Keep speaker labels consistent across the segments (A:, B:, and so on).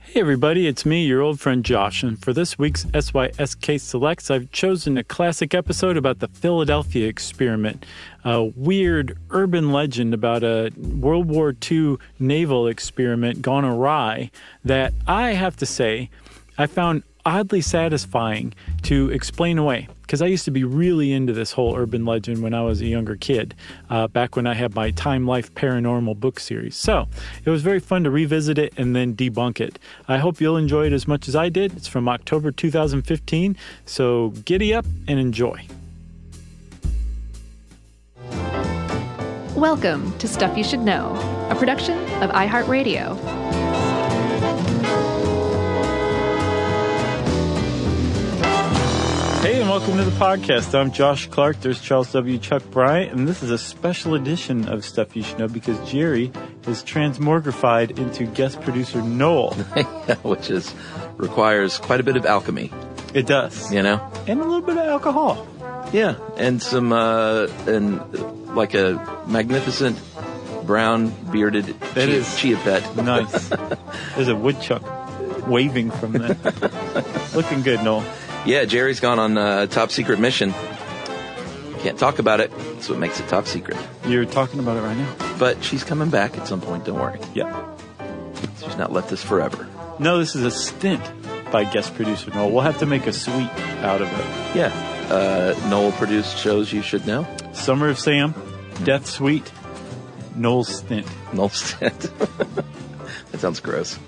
A: Hey everybody, it's me, your old friend Josh, and for this week's SYSK Selects, I've chosen a classic episode about the Philadelphia experiment, a weird urban legend about a World War II naval experiment gone awry that I have to say I found oddly satisfying to explain away because I used to be really into this whole urban legend when I was a younger kid, uh, back when I had my Time Life Paranormal book series. So it was very fun to revisit it and then debunk it. I hope you'll enjoy it as much as I did. It's from October 2015, so giddy up and enjoy.
B: Welcome to Stuff You Should Know, a production of iHeartRadio.
A: Hey, and welcome to the podcast. I'm Josh Clark. There's Charles W. Chuck Bryant, and this is a special edition of Stuff You Should Know because Jerry is transmogrified into guest producer Noel.
C: which is requires quite a bit of alchemy,
A: It does.
C: you know.
A: And a little bit of alcohol.
C: Yeah, and some uh, and uh, like a magnificent brown bearded
A: That
C: chia,
A: is-
C: chia pet.
A: Nice. There's a woodchuck waving from there. Looking good, Noel.
C: Yeah, Jerry's gone on a top secret mission. Can't talk about it. That's what makes it top secret.
A: You're talking about it right now.
C: But she's coming back at some point. Don't worry.
A: Yeah.
C: She's not left us forever.
A: No, this is a stint by guest producer Noel. We'll have to make a suite out of it.
C: Yeah. Uh, Noel produced shows you should know.
A: Summer of Sam, Death Suite, Noel's stint.
C: Noel Stent. that sounds gross.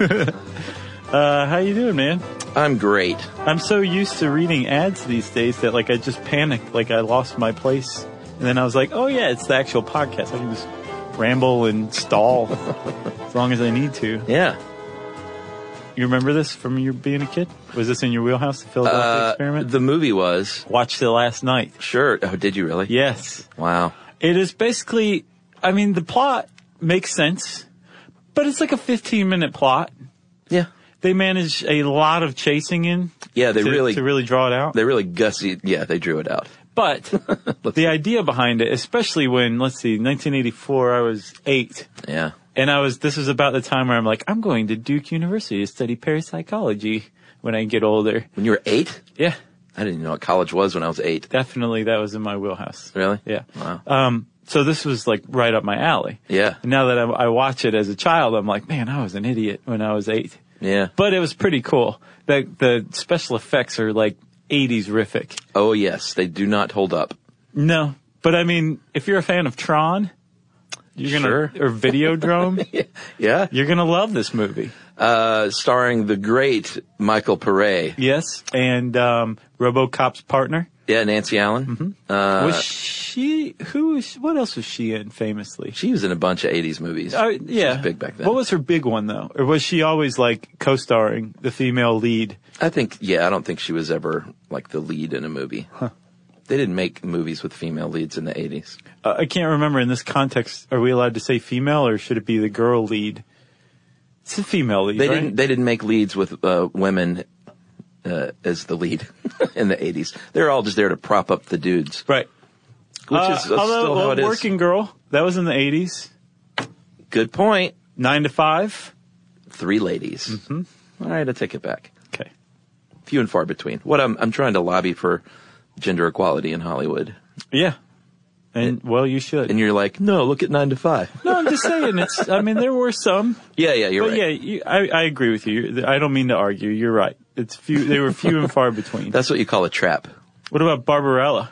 A: Uh, how you doing, man?
C: I'm great.
A: I'm so used to reading ads these days that like I just panicked, like I lost my place, and then I was like, oh yeah, it's the actual podcast. I can just ramble and stall as long as I need to.
C: Yeah.
A: You remember this from your being a kid? Was this in your wheelhouse, the Philadelphia
C: Uh,
A: experiment?
C: the movie was
A: Watched it last night.
C: Sure. Oh, did you really?
A: Yes.
C: Wow.
A: It is basically, I mean, the plot makes sense, but it's like a 15 minute plot.
C: Yeah.
A: They manage a lot of chasing in.
C: Yeah, they
A: to,
C: really-
A: to really draw it out.
C: They really gussied. Yeah, they drew it out.
A: But the idea behind it, especially when let's see, 1984, I was eight,
C: Yeah.
A: and I was this was about the time where I'm like, I'm going to Duke University to study parapsychology when I get older.
C: When you were eight,
A: Yeah,
C: I didn't even know what college was when I was eight.
A: definitely that was in my wheelhouse.
C: Really?
A: Yeah.
C: Wow.
A: Um, so this was like right up my alley.
C: Yeah.
A: Now that I, I watch it as a child, I'm like, man, I was an idiot when I was eight.
C: yeah.
A: But it was pretty cool. The the special effects are like 80s rific.
C: oh yes, they do not hold up.
A: No, but I mean, if you're a fan of Tron, you're gonna or Videodrome,
C: Yeah.
A: you're gonna love this movie.
C: Uh, starring the great Michael Pare.
A: Yes, and um, RoboCop's partner
C: Yeah, Nancy Allen. Mm-hmm. Uh,
A: was she? Who was? What else was she in famously?
C: she was in a bunch of '80s movies.
A: Uh, yeah,
C: She was big back then.
A: What was her big one though, or was she always like co-starring the female lead?
C: I think. Yeah, I don't think she was ever like the lead in a movie. They didn't make movies with female leads in the '80s.
A: Uh, I can't remember in this context. Are we allowed to say female, or should it be the girl lead? It's a female lead.
C: They
A: right?
C: didn't. They didn't make leads with uh, women uh, as the lead in the '80s. They're all just there to prop up the dudes,
A: Right.
C: which
A: Uh,
C: is that's
A: although,
C: still
A: well,
C: how it is.
A: Working Girl that was in the '80s.
C: Good point.
A: Nine to five.
C: Three ladies.
A: Mm-hmm.
C: All right, I take it back.
A: Okay.
C: Few and far between. What I'm I'm trying to lobby for gender equality in Hollywood,
A: Yeah. And well, you should.
C: and you're like, no, look at nine to five.
A: no, I'm just saying. It's. I mean, there were some,
C: yeah, yeah, you're
A: but
C: right.
A: yeah, you, I, I agree with you. You're- I don't mean to argue. You're right. It's few. They were few and far between.
C: That's what you call a trap.
A: what about Barbarella?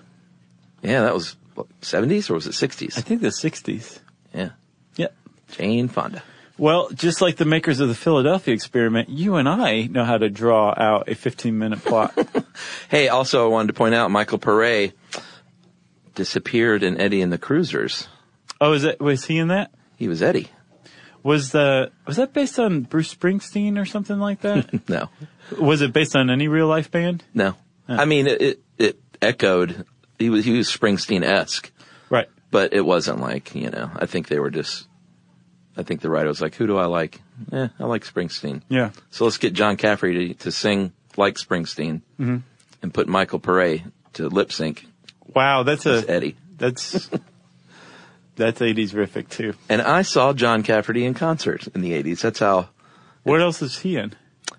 C: Yeah, that was what, 70s or was it
A: I
C: 60s?
A: think the '60s.
C: Yeah,
A: Yeah.
C: Jane Fonda.
A: Well, just like the makers of the Philadelphia experiment, you and I know how to draw out a 15-minute plot.
C: Hey, also I wanted to point out Michael Pare disappeared in Eddie and the Cruisers.
A: oh, is that was he in that?
C: He was Eddie.
A: Was the was that based on Bruce Springsteen or something like that?
C: No,
A: was it based on any real life band?
C: no. I mean, it, it, it echoed. He was he was Springsteen esque,
A: Right.
C: but it wasn't like you know. I think they were just. I think the writer was like, "Who do I like? Eh, I like Springsteen.
A: Yeah.
C: So let's get John Caffrey to, to sing like Springsteen, and put Michael Pare to lip sync
A: Wow, that's a
C: as Eddie."
A: That's that's eighties rific too.
C: And I saw John Cafferty in concert in the 80s. That's how
A: What else is he in?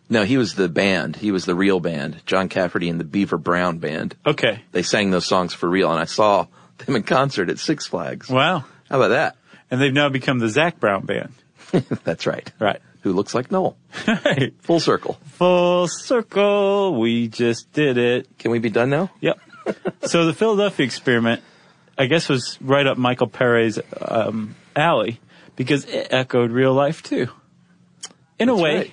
C: No, he was the band. He was the real band. John Cafferty and the Beaver Brown band.
A: Okay.
C: They sang those songs for real, and I saw them in concert at Six Flags.
A: Wow.
C: How about that?
A: And they've now become the Zach Brown band.
C: That's right.
A: Right.
C: Who looks like Noel?
A: Right.
C: Full circle.
A: Full circle. We just did it.
C: Can we be done now?
A: Yep. so the Philadelphia experiment, I guess, was right up Michael Perry's um, alley because it echoed real life too. In
C: That's
A: a way,
C: right.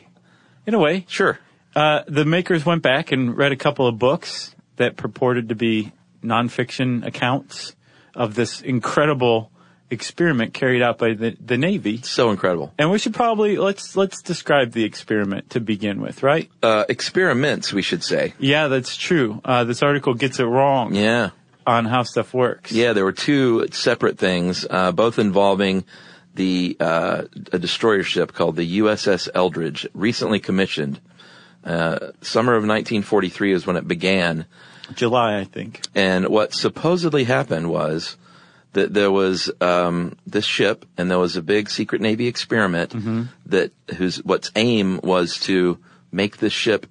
A: in a way,
C: Sure.
A: uh, the makers went back and read a couple of books that purported to be nonfiction accounts of this incredible experiment carried out by the, the Navy.
C: So incredible.
A: And we should probably let's let's describe the experiment to begin with, right?
C: Uh, experiments, we should say.
A: Yeah, that's true. Uh, this article gets it wrong
C: Yeah.
A: on how stuff works.
C: Yeah, there were two separate things, uh, both involving the uh, a destroyer ship called the USS Eldridge, recently commissioned. Uh, summer of 1943 is when it began,
A: July, I think.
C: and what supposedly happened was that there was um, this ship, and there was a big secret Navy experiment
A: Mm-hmm.
C: that whose what's aim was to make this ship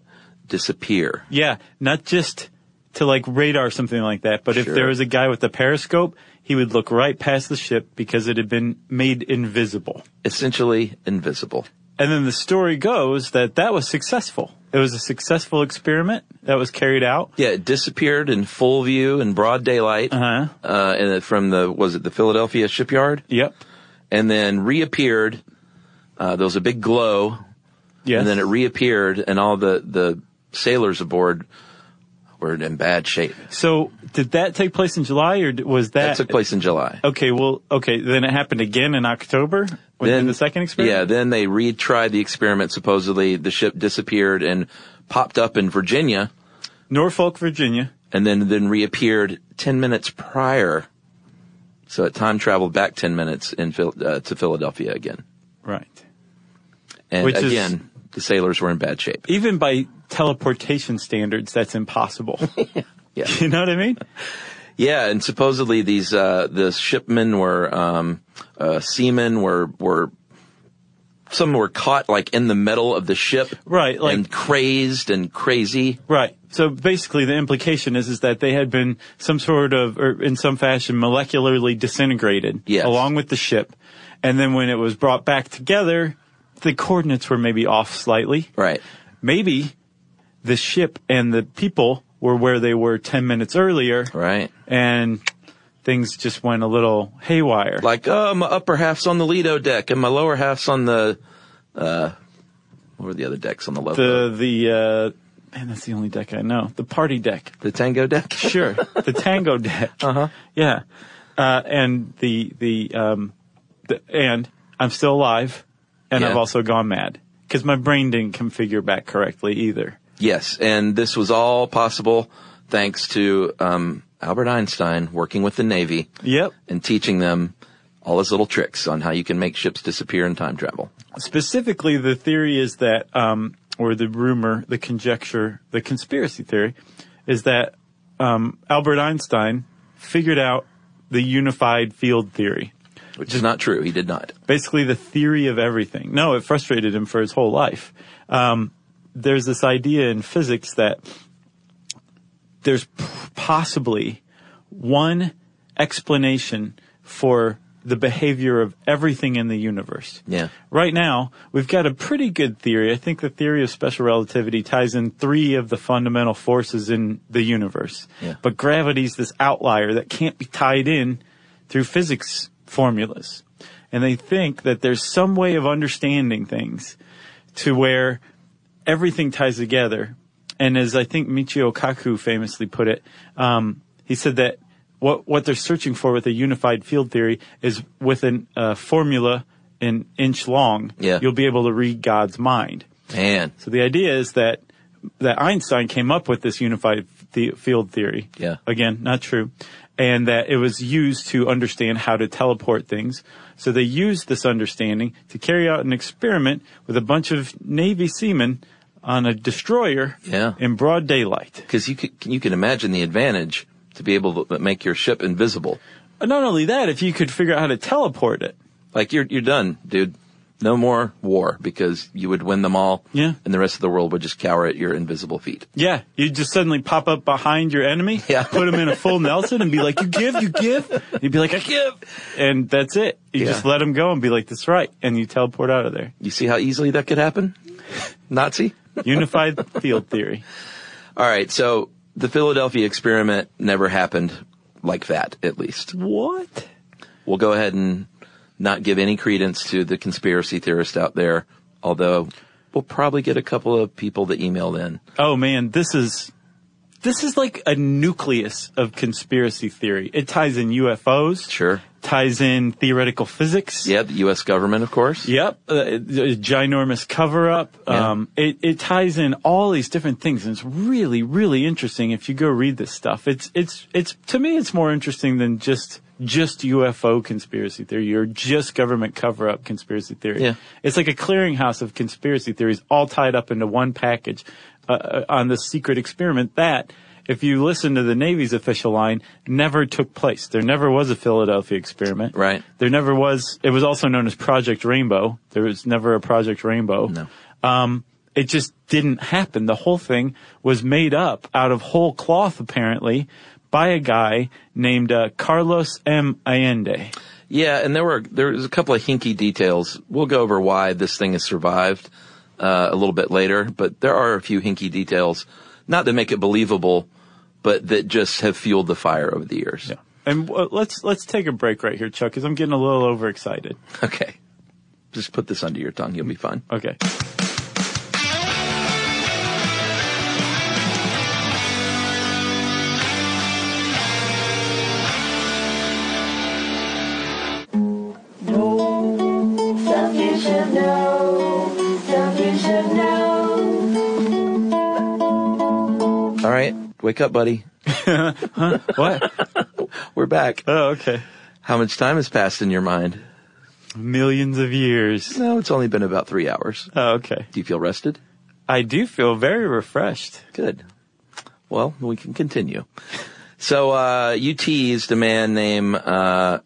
C: disappear.
A: Yeah, not just to like radar something like that, but if
C: Sure.
A: there was a guy with a periscope, he would look right past the ship because it had been made invisible.
C: Essentially invisible.
A: And then the story goes that that was successful. It was a successful experiment that was carried out.
C: Yeah, it disappeared in full view in broad daylight
A: Uh-huh.
C: uh, in the- from the was it the Philadelphia shipyard,
A: Yep.
C: and then reappeared. Uh, there was a big glow,
A: Yes.
C: and then it reappeared, and all the the sailors aboard were in bad shape.
A: so did that take place in July or d- was
C: That
A: that?
C: took place in July.
A: Okay. Well, okay. Then it happened again in October when they did the second experiment.
C: Yeah, then they retried the experiment. Supposedly, the ship disappeared and popped up in Virginia,
A: Norfolk, Virginia.
C: and then then reappeared ten minutes prior. So it time traveled back ten minutes in Phil- uh, to Philadelphia again.
A: Right.
C: And
A: Which is-
C: again, the sailors were in bad shape.
A: Even by teleportation standards, that's impossible.
C: Yeah.
A: You know what I mean?
C: Yeah, and supposedly these uh, the shipmen were um, uh, seamen were were some were caught like in the middle of the ship,
A: Right, like-
C: and crazed and crazy.
A: Right. So basically, the implication is is that they had been some sort of, or in some fashion, molecularly disintegrated
C: Yes.
A: along with the ship, and then when it was brought back together, the coordinates were maybe off slightly.
C: Right.
A: Maybe the ship and the people were where they were ten minutes earlier,
C: Right.
A: and things just went a little haywire.
C: Like, oh, my upper half's on the Lido deck, and my lower half's on the. Uh, what were the other decks on the left?
A: the the uh, man, that's the only deck I know. The party deck.
C: the Tango deck.
A: Sure, the tango deck. Uh-huh. Yeah, uh, and the the um, the, and I'm still alive, and
C: Yeah.
A: I've also gone mad because my brain didn't configure back correctly either.
C: Yes, and this was all possible thanks to um, Albert Einstein working with the Navy
A: Yep.
C: and teaching them all his little tricks on how you can make ships disappear in time travel.
A: Specifically, the theory is that, um, or the rumor, the conjecture, the conspiracy theory, is that um, Albert Einstein figured out the unified field theory.
C: which is not true. He did not.
A: basically the theory of everything. No, it frustrated him for his whole life. Um, there's this idea in physics that there's p- possibly one explanation for the behavior of everything in the universe.
C: Yeah.
A: Right now, we've got a pretty good theory. I think the theory of special relativity ties in three of the fundamental forces in the universe.
C: Yeah.
A: But gravity's this outlier that can't be tied in through physics formulas. And they think that there's some way of understanding things to where everything ties together. And as I think Michio Kaku famously put it, um, he said that what what they're searching for with a unified field theory is with a uh, formula an inch long,
C: Yeah.
A: you'll be able to read God's mind.
C: Man,
A: So the idea is that that Einstein came up with this unified the- field theory.
C: Yeah.
A: Again, not true. And that it was used to understand how to teleport things. So they used this understanding to carry out an experiment with a bunch of Navy seamen on a destroyer
C: Yeah.
A: in broad daylight.
C: because you can, you can imagine the advantage to be able to make your ship invisible.
A: But not only that, if you could figure out how to teleport it,
C: Like you're you're done, dude. no more war because you would win them all.
A: Yeah.
C: And the rest of the world would just cower at your invisible feet.
A: Yeah, you just suddenly pop up behind your enemy,
C: Yeah.
A: put him in a full Nelson, and be like, "You give, you give." And You'd be like, "I give," and that's it. You
C: Yeah.
A: just let him go and be like, "That's right," and you teleport out of there.
C: You see how easily that could happen? Nazi?
A: Unified field theory.
C: All right. So the Philadelphia experiment never happened like that, at least.
A: What?
C: We'll go ahead and not give any credence to the conspiracy theorist out there, although we'll probably get a couple of people that email in.
A: Oh man, this is this is like a nucleus of conspiracy theory. It ties in UFOs,
C: Sure.
A: ties in theoretical physics.
C: Yeah, the U.S. government, of course.
A: Yep, uh, a ginormous cover up.
C: Yeah.
A: Um, it, it ties in all these different things, and it's really, really interesting. If you go read this stuff, it's it's it's to me, it's more interesting than just just UFO conspiracy theory or just government cover up conspiracy theory.
C: Yeah.
A: It's like a clearinghouse of conspiracy theories, all tied up into one package uh, uh, on this secret experiment that. If you listen to the Navy's official line, never took place. There never was a Philadelphia experiment.
C: Right.
A: There never was. It was also known as Project Rainbow. There was never a Project Rainbow.
C: No.
A: Um, it just didn't happen. The whole thing was made up out of whole cloth, apparently, by a guy named uh, Carlos M. Allende.
C: Yeah, and there were there was a couple of hinky details. We'll go over why this thing has survived uh, a little bit later, but there are a few hinky details, not that make it believable, but that just have fueled the fire over the years.
A: And uh, let's let's take a break right here, Chuck, because I'm getting a little overexcited.
C: Okay, just put this under your tongue; you'll be fine.
A: Okay.
D: Stuff you should know. Stuff you should know.
C: All right, wake up, buddy.
A: What?
C: We're back.
A: oh, okay.
C: How much time has passed in your mind?
A: Millions of years.
C: No, it's only been about three hours.
A: Oh, okay.
C: Do you feel rested?
A: I do feel very refreshed.
C: Good. Well, we can continue. So uh, you teased a man named, uh,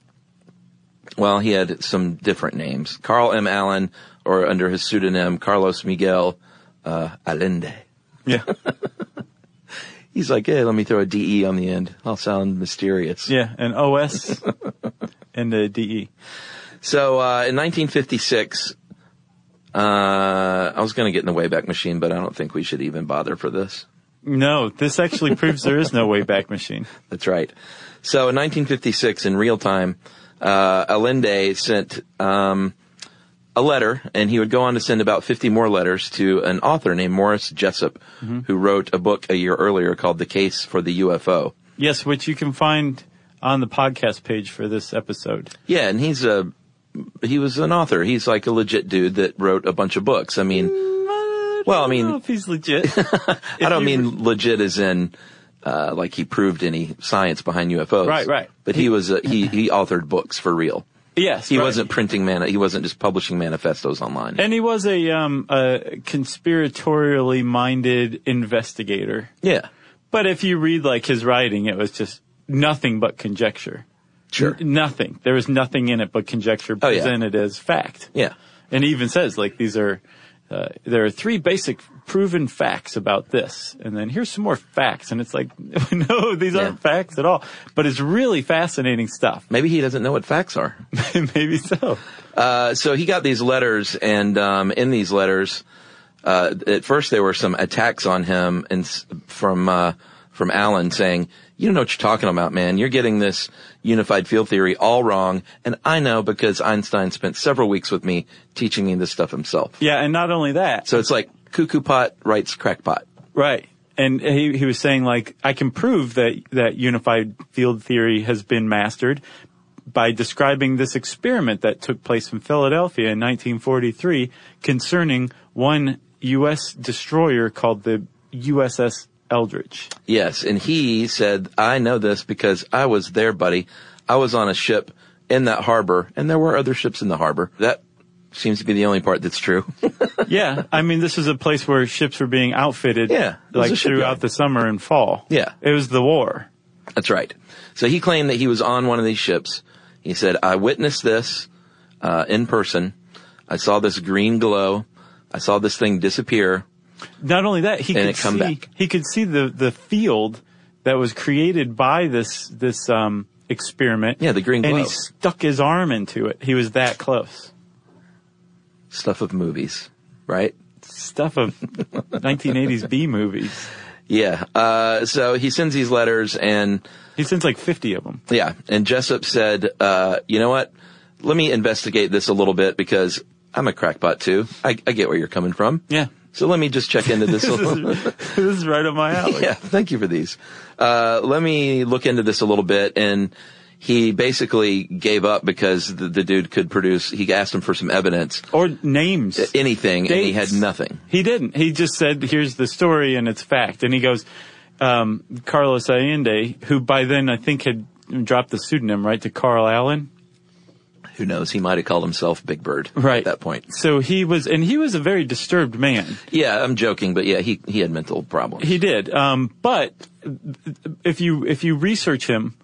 C: well, he had some different names. Carl M. Allen, or under his pseudonym, Carlos Miguel uh, Allende.
A: Yeah.
C: He's like, hey, let me throw a DE on the end. I'll sound mysterious.
A: yeah. An OS and a DE.
C: So uh, in 1956, uh, I was going to get in the Wayback Machine, but I don't think we should even bother for this.
A: No, this actually proves there is no way back machine.
C: That's right. So in 1956, in real time, uh, Allende sent um, a letter, and he would go on to send about 50 more letters to an author named Morris Jessup,
A: Mm-hmm.
C: who wrote a book a year earlier called The Case for the UFO.
A: Yes, which you can find on the podcast page for this episode.
C: Yeah, and he's a he was an author. He's like a legit dude that wrote a bunch of books. I mean, Well, I mean-
A: know if he's legit.
C: I don't
A: you
C: mean legit as in uh, like he proved any science behind UFOs.
A: Right, right.
C: But he was a, he he authored books for real.
A: yes,
C: He
A: right.
C: wasn't printing man. He wasn't just publishing manifestos online.
A: and he was a um a conspiratorially minded investigator.
C: yeah,
A: But if you read like his writing, it was just nothing but conjecture.
C: sure.
A: N- nothing. There was nothing in it but conjecture
C: Oh, yeah.
A: presented as fact.
C: yeah,
A: and he even says like these are uh, there are three basic proven facts about this and then here's some more facts and it's like no these
C: Yeah.
A: aren't facts at all but it's really fascinating stuff
C: maybe he doesn't know what facts are.
A: maybe so
C: Uh, so he got these letters, and um, in these letters, uh, at first there were some attacks on him, and s- from uh, from Allen saying, "You don't know what you're talking about, man. You're getting this unified field theory all wrong." And I know because Einstein spent several weeks with me teaching me this stuff himself.
A: yeah and not only that
C: So it's like cuckoo pot writes crackpot.
A: right and he, he was saying like i can prove that that unified field theory has been mastered by describing this experiment that took place in Philadelphia in 1943 concerning one U.S. destroyer called the USS Eldridge.
C: Yes, and he said, "I know this because I was there, buddy. I was on a ship in that harbor, and there were other ships in the harbor." That seems to be the only part that's true.
A: Yeah, I mean, this was a place where ships were being outfitted.
C: Yeah, it was
A: like
C: a shipyard.
A: throughout the summer and fall.
C: Yeah.
A: it was the war.
C: that's right. So he claimed that he was on one of these ships. He said, "I witnessed this uh, in person. I saw this green glow. I saw this thing disappear.
A: Not only that, he
C: And
A: could
C: it come
A: see
C: back.
A: he could see the the field that was created by this this um, experiment.
C: Yeah, the green
A: And he
C: glow.
A: stuck his arm into it. He was that close.
C: Stuff of movies, right?
A: Stuff of 1980s B movies.
C: Yeah. Uh, so he sends these letters and
A: He sends like 50 of them.
C: yeah. And Jessup said, uh, you know what? Let me investigate this a little bit because I'm a crackpot too. I, I get where you're coming from.
A: Yeah.
C: So let me just check into this a
A: This
C: little.
A: is, this is right up my alley.
C: yeah, thank you for these. Uh, let me look into this a little bit. And he basically gave up because the, the dude could produce, he asked him for some evidence,
A: Or names.
C: anything, and he had
A: Dates.
C: nothing.
A: He didn't. He just said, "Here's the story and it's fact." And he goes, um, Carlos Allende, who by then I think had dropped the pseudonym right to Carl Allen.
C: Who knows? He might have called himself Big Bird
A: Right.
C: at that point.
A: So he was, and he was a very disturbed man.
C: Yeah, I'm joking, but yeah, he, he had mental problems.
A: He did. Um, but if you if you research him,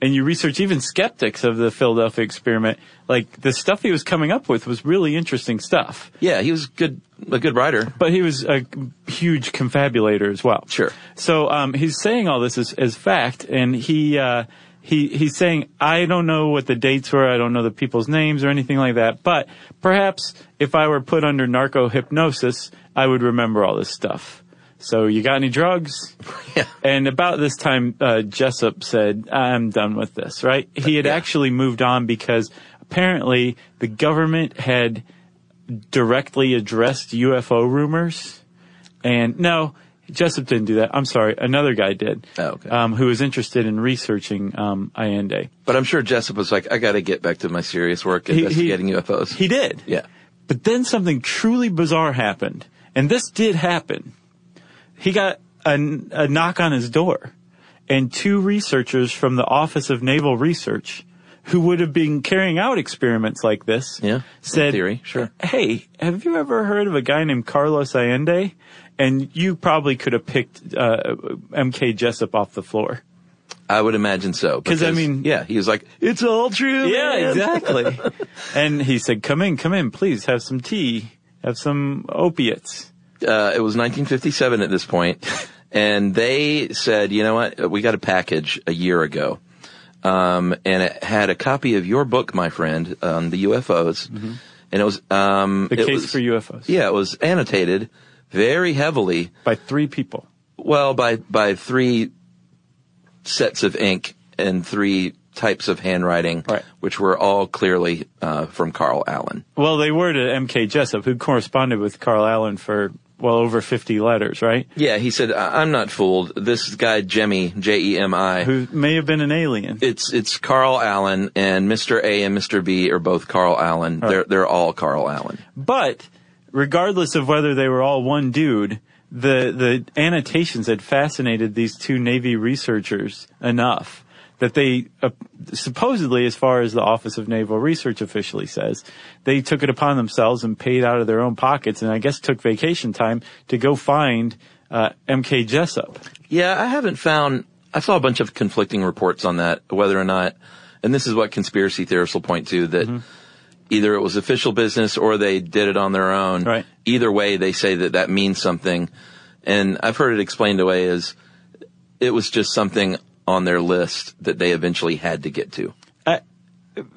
A: and you research even skeptics of the Philadelphia experiment, like the stuff he was coming up with was really interesting stuff.
C: yeah, he was good, a good writer.
A: But he was a huge confabulator as well.
C: Sure.
A: So um, he's saying all this as, as fact, and he uh, he he's saying I don't know what the dates were, I don't know the people's names or anything like that. But perhaps if I were put under narco hypnosis, I would remember all this stuff. So you got any drugs?
C: Yeah.
A: And about this time, uh, Jessup said, I'm done with this, right? He had
C: Yeah.
A: actually moved on because apparently the government had directly addressed UFO rumors. And no, Jessup didn't do that. I'm sorry. Another guy did.
C: Oh, okay.
A: Um, who was interested in researching, um, Allende.
C: But I'm sure Jessup was like, I got to get back to my serious work investigating UFOs.
A: He did.
C: yeah.
A: But then something truly bizarre happened. And this did happen. He got a, a knock on his door and two researchers from the Office of Naval Research who would have been carrying out experiments like this
C: Yeah, in
A: said,
C: theory, sure.
A: Hey, have you ever heard of a guy named Carlos Allende? And you probably could have picked uh, MK Jessup off the floor.
C: I would imagine so.
A: 'Cause, I
C: because,
A: mean-
C: yeah, he was like, it's all true.
A: Yeah,
C: man."
A: exactly. and he said, "Come in, come in, please. Have some tea. Have some opiates."
C: uh, it was 1957 at this point, and they said, you know what, Uh, we got a package a year ago, um, and it had a copy of your book, my friend, on the UFOs, and it was
A: Mm-hmm.
C: um,
A: The
C: it
A: case
C: was-
A: for UFOs
C: Yeah, it was annotated very heavily,
A: by three people.
C: well, by by three sets of ink and three types of handwriting,
A: Right.
C: which were all clearly uh, from Carl Allen.
A: Well, they were to M.K. Jessup, who corresponded with Carl Allen for well over fifty letters, right?
C: Yeah, he said, I- I'm not fooled. This guy Jemmy, J E M I,
A: Who may have been an alien.
C: it's it's Carl Allen and Mr. A and Mr. B are both Carl Allen. They're they're all Carl Allen.
A: But regardless of whether they were all one dude, the the annotations had fascinated these two Navy researchers enough that they uh, supposedly, as far as the Office of Naval Research officially says, they took it upon themselves and paid out of their own pockets, and I guess took vacation time to go find uh, M.K. Jessup.
C: Yeah, I haven't found. I saw a bunch of conflicting reports on that whether or not, and this is what conspiracy theorists will point to that either it was official business or they did it on their own.
A: Right.
C: Either way, they say that that means something, and I've heard it explained away as it was just something on their list that they eventually had to get to.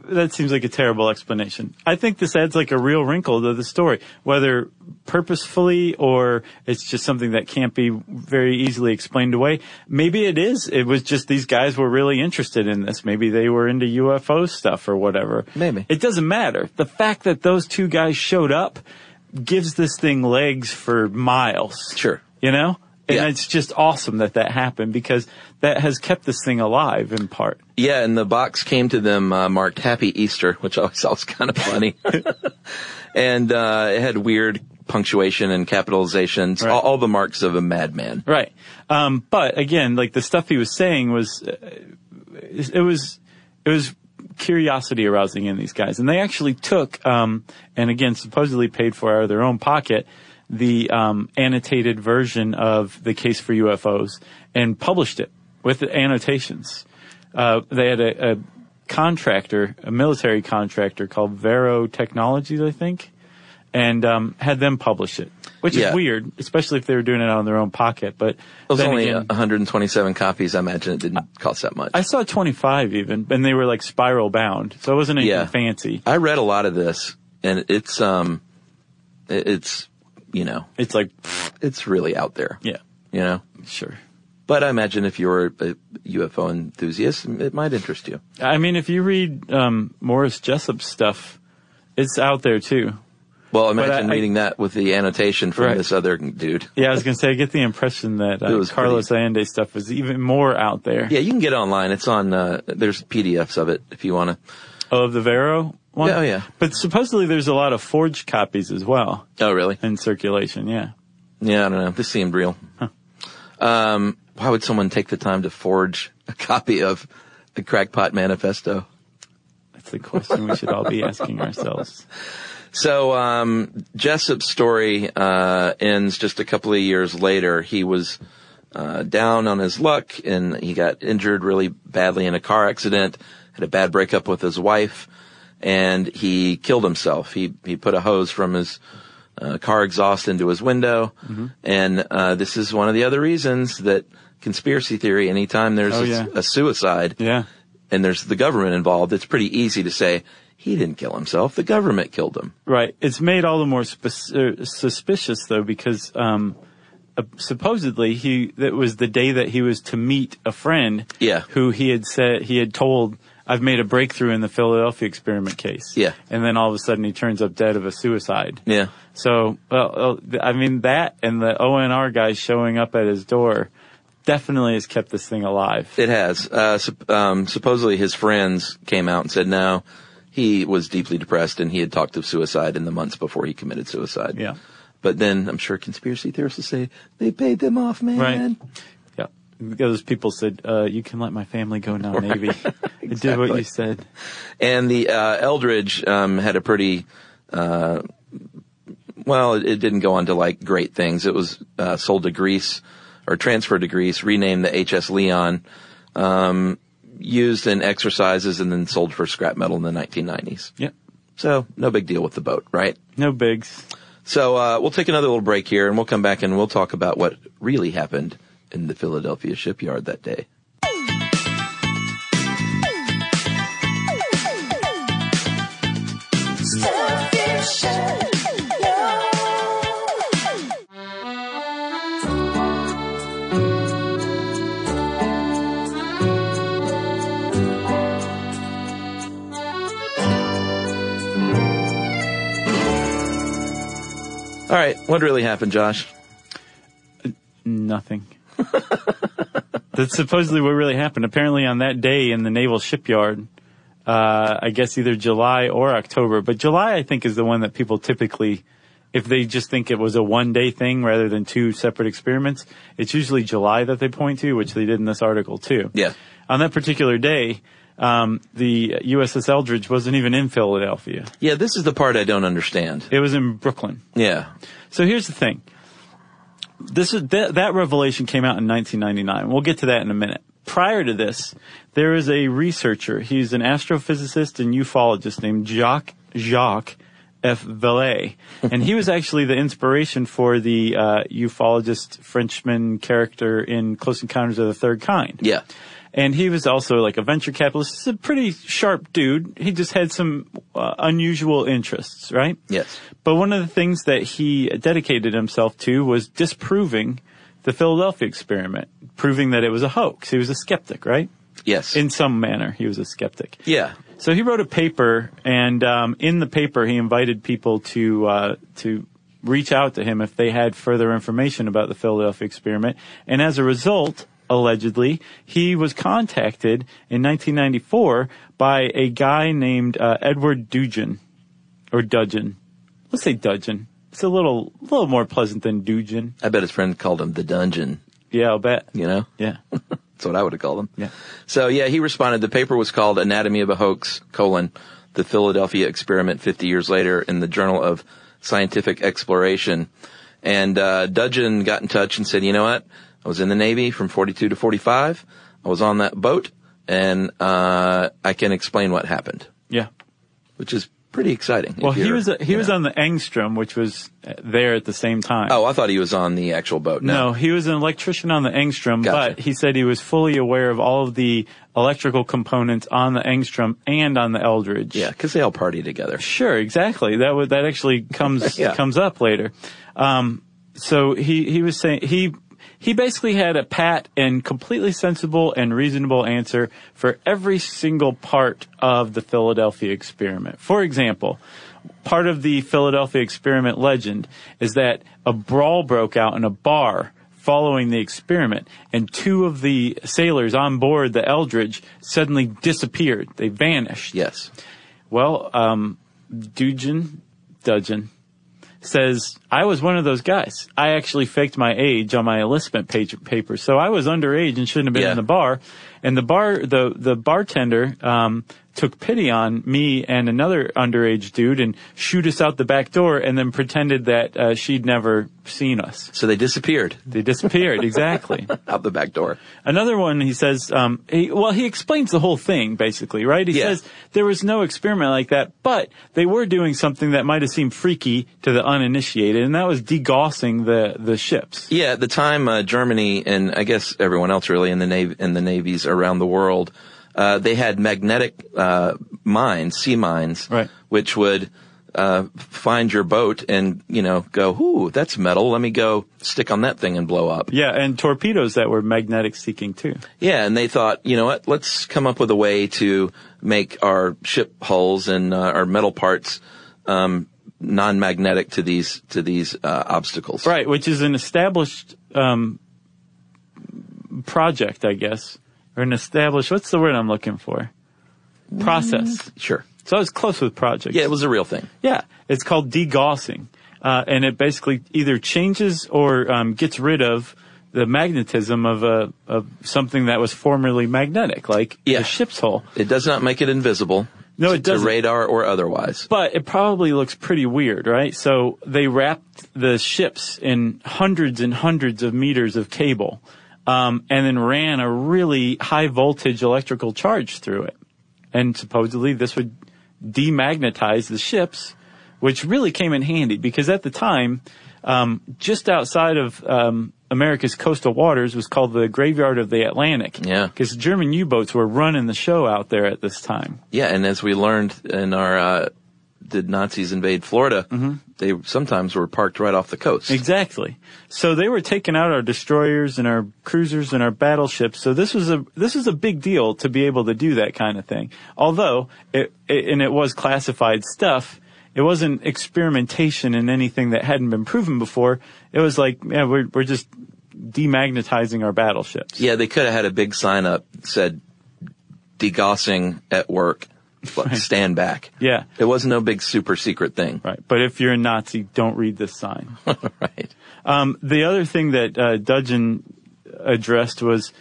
A: That seems like a terrible explanation. I think this adds like a real wrinkle to the story, whether purposefully or it's just something that can't be very easily explained away. Maybe it is. It was just these guys were really interested in this. Maybe they were into UFO stuff or whatever.
C: Maybe.
A: It doesn't matter. The fact that those two guys showed up gives this thing legs for miles.
C: Sure.
A: You know? And
C: Yeah.
A: it's just awesome that that happened because that has kept this thing alive in part.
C: Yeah, and the box came to them uh, marked Happy Easter, which I always thought was kind of funny. and uh, it had weird punctuation and capitalizations, all, all the marks of a madman.
A: Right. Um, but again, like the stuff he was saying was, uh, it was, it was curiosity arousing in these guys. And they actually took, um, and again, supposedly paid for out of their own pocket, the, um, annotated version of the case for UFOs and published it with the annotations. Uh, they had a, a contractor, a military contractor called Vero Technologies, I think and um, had them publish it, which
C: Yeah.
A: is weird, especially if they were doing it out of their own pocket. But
C: It was
A: then
C: only uh,
A: again,
C: 127 copies. I imagine it didn't cost that much.
A: I saw 25 even, and they were like spiral bound, so it wasn't anything
C: Yeah.
A: fancy.
C: I read a lot of this, and it's um, it- it's you know,
A: It's like,
C: it's really out there.
A: yeah,
C: You know,
A: sure.
C: but I imagine if you're a UFO enthusiast, it might interest you.
A: I mean, if you read um, Morris Jessup's stuff, it's out there too.
C: Well, imagine
A: I- I-
C: reading that with the annotation from
A: Right.
C: this other dude.
A: Yeah, I was gonna say, I get the impression that
C: It
A: uh,
C: was
A: Carlos Allende stuff is even more out there.
C: Yeah, you can get it online. It's on. Uh, there's PDFs of it if you want to.
A: Of the Vero one?
C: Yeah, oh, yeah.
A: But supposedly there's a lot of forged copies as well
C: Oh, really?
A: in circulation, yeah.
C: Yeah, I don't know. This seemed real. Um, why would someone take the time to forge a copy of the Crackpot Manifesto?
A: That's the question we should all be asking ourselves.
C: So um, Jessup's story uh, ends just a couple of years later. He was uh, down on his luck, and he got injured really badly in a car accident. Had a bad breakup with his wife, and he killed himself. He he put a hose from his uh, car exhaust into his window,
A: Mm-hmm.
C: and uh, this is one of the other reasons that conspiracy theory. Anytime there's
A: Oh,
C: a,
A: yeah.
C: a suicide,
A: Yeah.
C: and there's the government involved, it's pretty easy to say he didn't kill himself. The government killed him.
A: Right. It's made all the more spus- uh, suspicious though because um, uh, supposedly he that was the day that he was to meet a friend.
C: Yeah.
A: Who he had said he had told I've made a breakthrough in the Philadelphia experiment case.
C: Yeah.
A: And then all of a sudden he turns up dead of a suicide.
C: Yeah.
A: So well, uh, I mean that and the ONR guy showing up at his door definitely has kept this thing alive.
C: It has. Uh, sup- um, supposedly his friends came out and said no, he was deeply depressed and he had talked of suicide in the months before he committed suicide.
A: Yeah.
C: But then I'm sure conspiracy theorists will say they paid them off, man.
A: Right. Yeah. Those people said, uh, "You can let my family go now, Navy." I did what
C: Exactly.
A: you said.
C: And the uh, Eldridge um, had a pretty, uh, well, it, it didn't go on to like great things. It was uh, sold to Greece or transferred to Greece, renamed the HS Leon, um, used in exercises, and then sold for scrap metal in the 1990s.
A: Yep.
C: So no big deal with the boat, right?
A: No bigs.
C: So uh, we'll take another little break here, and we'll come back and we'll talk about what really happened in the Philadelphia shipyard that day. All right, what really happened, Josh?
A: Nothing. That's supposedly what really happened. Apparently, on that day in the naval shipyard, uh, I guess either July or October, but July I think is the one that people typically, if they just think it was a one day thing rather than two separate experiments, it's usually July that they point to, which they did in this article too.
C: Yeah.
A: On that particular day, um, the USS Eldridge wasn't even in Philadelphia.
C: Yeah, this is the part I don't understand.
A: It was in Brooklyn.
C: Yeah,
A: So here's the thing. This is that, that revelation came out in 1999. We'll get to that in a minute. Prior to this, there is a researcher. He's an astrophysicist and ufologist named Jacques Jacques F. Vallée, and he was actually the inspiration for the uh, ufologist Frenchman character in Close Encounters of the Third Kind.
C: yeah.
A: And he was also like a venture capitalist. He's a pretty sharp dude. He just had some uh, unusual interests, right?
C: Yes.
A: But one of the things that he dedicated himself to was disproving the Philadelphia experiment, proving that it was a hoax. He was a skeptic, right?
C: Yes.
A: In some manner, he was a skeptic.
C: yeah.
A: So he wrote a paper, and um, in the paper, he invited people to uh, to reach out to him if they had further information about the Philadelphia experiment. And as a result, allegedly, he was contacted in 1994 by a guy named uh, Edward Dugin, or Dudgeon. Let's say Dudgeon. It's a little little more pleasant than Dugin.
C: I bet his friend called him the dungeon,
A: Yeah, I'll bet.
C: you know?
A: Yeah.
C: That's what I would have called him.
A: Yeah.
C: So yeah, he responded. The paper was called Anatomy of a Hoax, colon, the Philadelphia experiment 50 years later in the Journal of Scientific Exploration. And, uh, Dudgeon got in touch and said, you know what? I was in the Navy from 42 to 45. I was on that boat and, uh, I can explain what happened,
A: Yeah.
C: which is pretty exciting. if
A: Well, he
C: you're,
A: was he
C: you
A: was
C: know.
A: on the Engstrom, which was uh, there at the same time.
C: Oh, I thought he was on the actual boat. No,
A: No, he was an electrician on the Engstrom,
C: Gotcha.
A: but he said he was fully aware of all of the electrical components on the Engstrom and on the Eldridge.
C: yeah, because they all party together.
A: Sure, exactly. That would that actually comes
C: Yeah.
A: comes up later. Um, so he he was saying he he basically had a pat and completely sensible and reasonable answer for every single part of the Philadelphia experiment. For example, part of the Philadelphia experiment legend is that a brawl broke out in a bar following the experiment, and two of the sailors on board the Eldridge suddenly disappeared. They vanished.
C: Yes,
A: Well, um, Dugin, Dudgeon says, I was one of those guys. I actually faked my age on my enlistment page, paper. So I was underage and shouldn't have been
C: Yeah.
A: in the bar. And the bar, the, the bartender, um, took pity on me and another underage dude and shoot us out the back door and then pretended that, uh, she'd never seen us.
C: so they disappeared
A: They disappeared. exactly.
C: out the back door.
A: Another one, he says, um, he, well, he explains the whole thing basically, right? He
C: Yeah.
A: says there was no experiment like that, but they were doing something that might have seemed freaky to the uninitiated, and that was degaussing the, the ships.
C: Yeah, at the time, uh, Germany and I guess everyone else really in the navy in the navies around the world, uh, they had magnetic uh, mines, sea mines,
A: Right.
C: which would uh, find your boat and you know go, "Ooh, that's metal. Let me go stick on that thing and blow up."
A: Yeah, and torpedoes that were magnetic seeking too.
C: Yeah, and they thought, you know what? Let's come up with a way to make our ship hulls and uh, our metal parts um, non-magnetic to these to these uh, obstacles.
A: Right, which is an established, um, project, I guess, or an established, what's the word I'm looking for? Process.
C: Sure.
A: So I was close with project.
C: Yeah, it was a real thing.
A: Yeah, it's called degaussing, uh, and it basically either changes or um, gets rid of the magnetism of a of something that was formerly magnetic, like
C: Yeah.
A: a ship's hull.
C: It does not make it invisible.
A: No,
C: to-
A: it doesn't.
C: To radar or otherwise.
A: But it probably looks pretty weird, right? So they wrapped the ships in hundreds and hundreds of meters of cable, um, and then ran a really high voltage electrical charge through it. And supposedly this would demagnetize the ships, which really came in handy because at the time, um, just outside of um, America's coastal waters was called the graveyard of the Atlantic.
C: Yeah.
A: Because German U boats were running the show out there at this time.
C: Yeah, and as we learned in our uh, did Nazis invade Florida,
A: Mm-hmm.
C: they sometimes were parked right off the coast.
A: Exactly. So they were taking out our destroyers and our cruisers and our battleships. So this was a this was a big deal to be able to do that kind of thing. Although it, it and it was classified stuff. It wasn't experimentation in anything that hadn't been proven before. It was like, yeah, we're we're just demagnetizing our battleships.
C: Yeah, they could have had a big sign up that said degaussing at work. But Stand back.
A: Yeah.
C: It was no big super secret thing.
A: Right. But if you're a Nazi, don't read this sign.
C: right.
A: Um, the other thing that uh, Dudgeon addressed was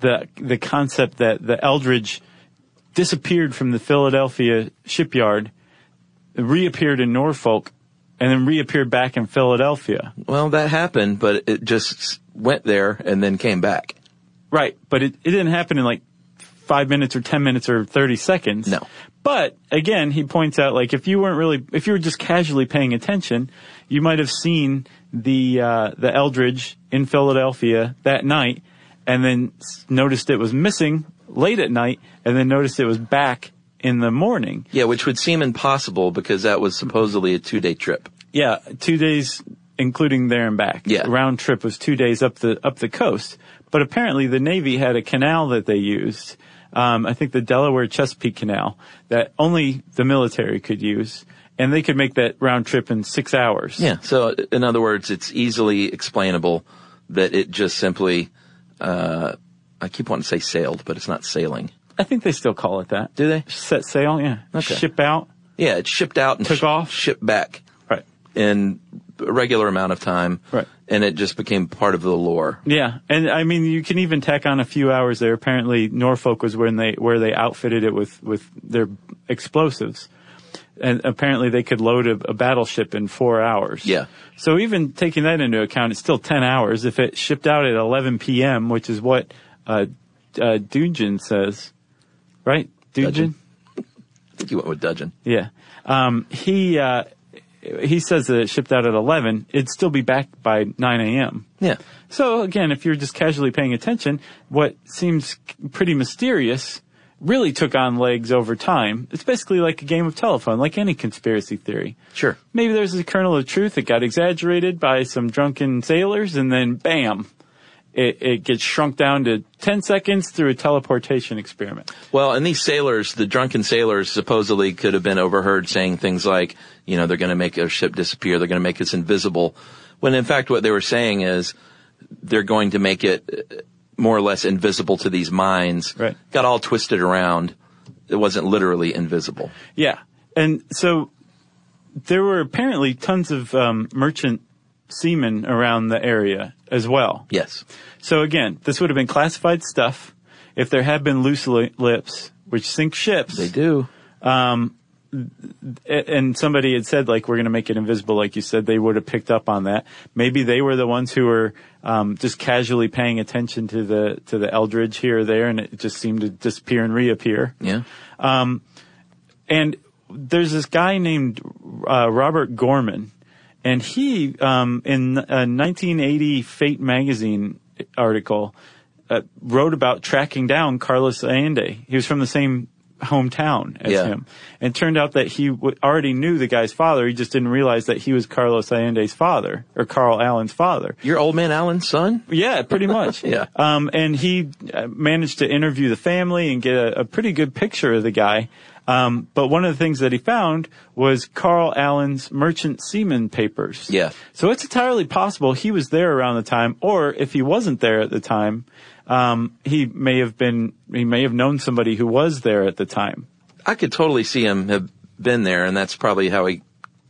A: the the concept that the Eldridge disappeared from the Philadelphia shipyard, reappeared in Norfolk, and then reappeared back in Philadelphia.
C: Well, that happened, but it just went there and then came back.
A: Right, but it, it didn't happen in like five minutes or ten minutes or thirty seconds.
C: No.
A: But again, he points out like if you weren't really if you were just casually paying attention, you might have seen the uh, the Eldridge in Philadelphia that night, and then s- noticed it was missing late at night, and then noticed it was back in the morning.
C: Yeah, which would seem impossible because that was supposedly a two day trip.
A: Yeah, two days, including there and back.
C: Yeah.
A: round trip was two days up the up the coast. But apparently, the Navy had a canal that they used. Um, I think the Delaware Chesapeake Canal that only the military could use, and they could make that round trip in six hours.
C: Yeah. So, in other words, it's easily explainable that it just simply, uh, I keep wanting to say sailed, but it's not sailing.
A: I think they still call it that.
C: Do they?
A: Set sail, yeah.
C: Okay.
A: Ship out,
C: Yeah, it shipped out and
A: Took off?
C: shipped back
A: right?
C: in a regular amount of time.
A: Right.
C: And it just became part of the lore.
A: Yeah, and I mean, you can even tack on a few hours there. Apparently, Norfolk was when they where they outfitted it with with their explosives, and apparently they could load a, a battleship in four hours.
C: Yeah.
A: So even taking that into account, it's still ten hours if it shipped out at 11 p.m., which is what uh, uh, Dugin says, right? Dugin.
C: Dudgeon. I think you went with Dudgeon.
A: Yeah. Um, he, uh, he says that it shipped out at 11. It'd still be back by 9 a.m.
C: Yeah.
A: So again, if you're just casually paying attention, what seems pretty mysterious really took on legs over time. It's basically like a game of telephone, like any conspiracy theory.
C: Sure.
A: Maybe there's a kernel of truth that got exaggerated by some drunken sailors and then bam, it, it gets shrunk down to 10 seconds through a teleportation experiment.
C: Well, and these sailors, the drunken sailors, supposedly could have been overheard saying things like, you know, they're going to make our ship disappear. They're going to make us invisible. When in fact, what they were saying is they're going to make it uh, more or less invisible to these mines.
A: Right.
C: Got all twisted around. It wasn't literally invisible.
A: Yeah. And so there were apparently tons of um, merchant seamen around the area as well.
C: Yes.
A: So again, this would have been classified stuff. If there had been loose li- lips, which sink ships,
C: They do.
A: a- and somebody had said like we're going to make it invisible, like you said, they would have picked up on that. Maybe they were the ones who were um, just casually paying attention to the to the Eldridge here or there, and it just seemed to disappear and reappear.
C: Yeah.
A: and there's this guy named uh, Robert Gorman, and he um, in a 1980 Fate magazine article uh, wrote about tracking down Carlos Allende. He was from the same hometown as
C: Yeah.
A: him, and it turned out that he w- already knew the guy's father. He just didn't realize that he was Carlos Allende's father or Carl Allen's father.
C: Your old man Alan's son?
A: Yeah, pretty much.
C: Yeah.
A: Um, and he uh, managed to interview the family and get a, a pretty good picture of the guy. Um, but one of the things that he found was Carl Allen's merchant seaman papers.
C: Yeah.
A: So it's entirely possible he was there around the time, or if he wasn't there at the time, um, he may have been, he may have known somebody who was there at the time.
C: I could totally see him have been there, and that's probably how he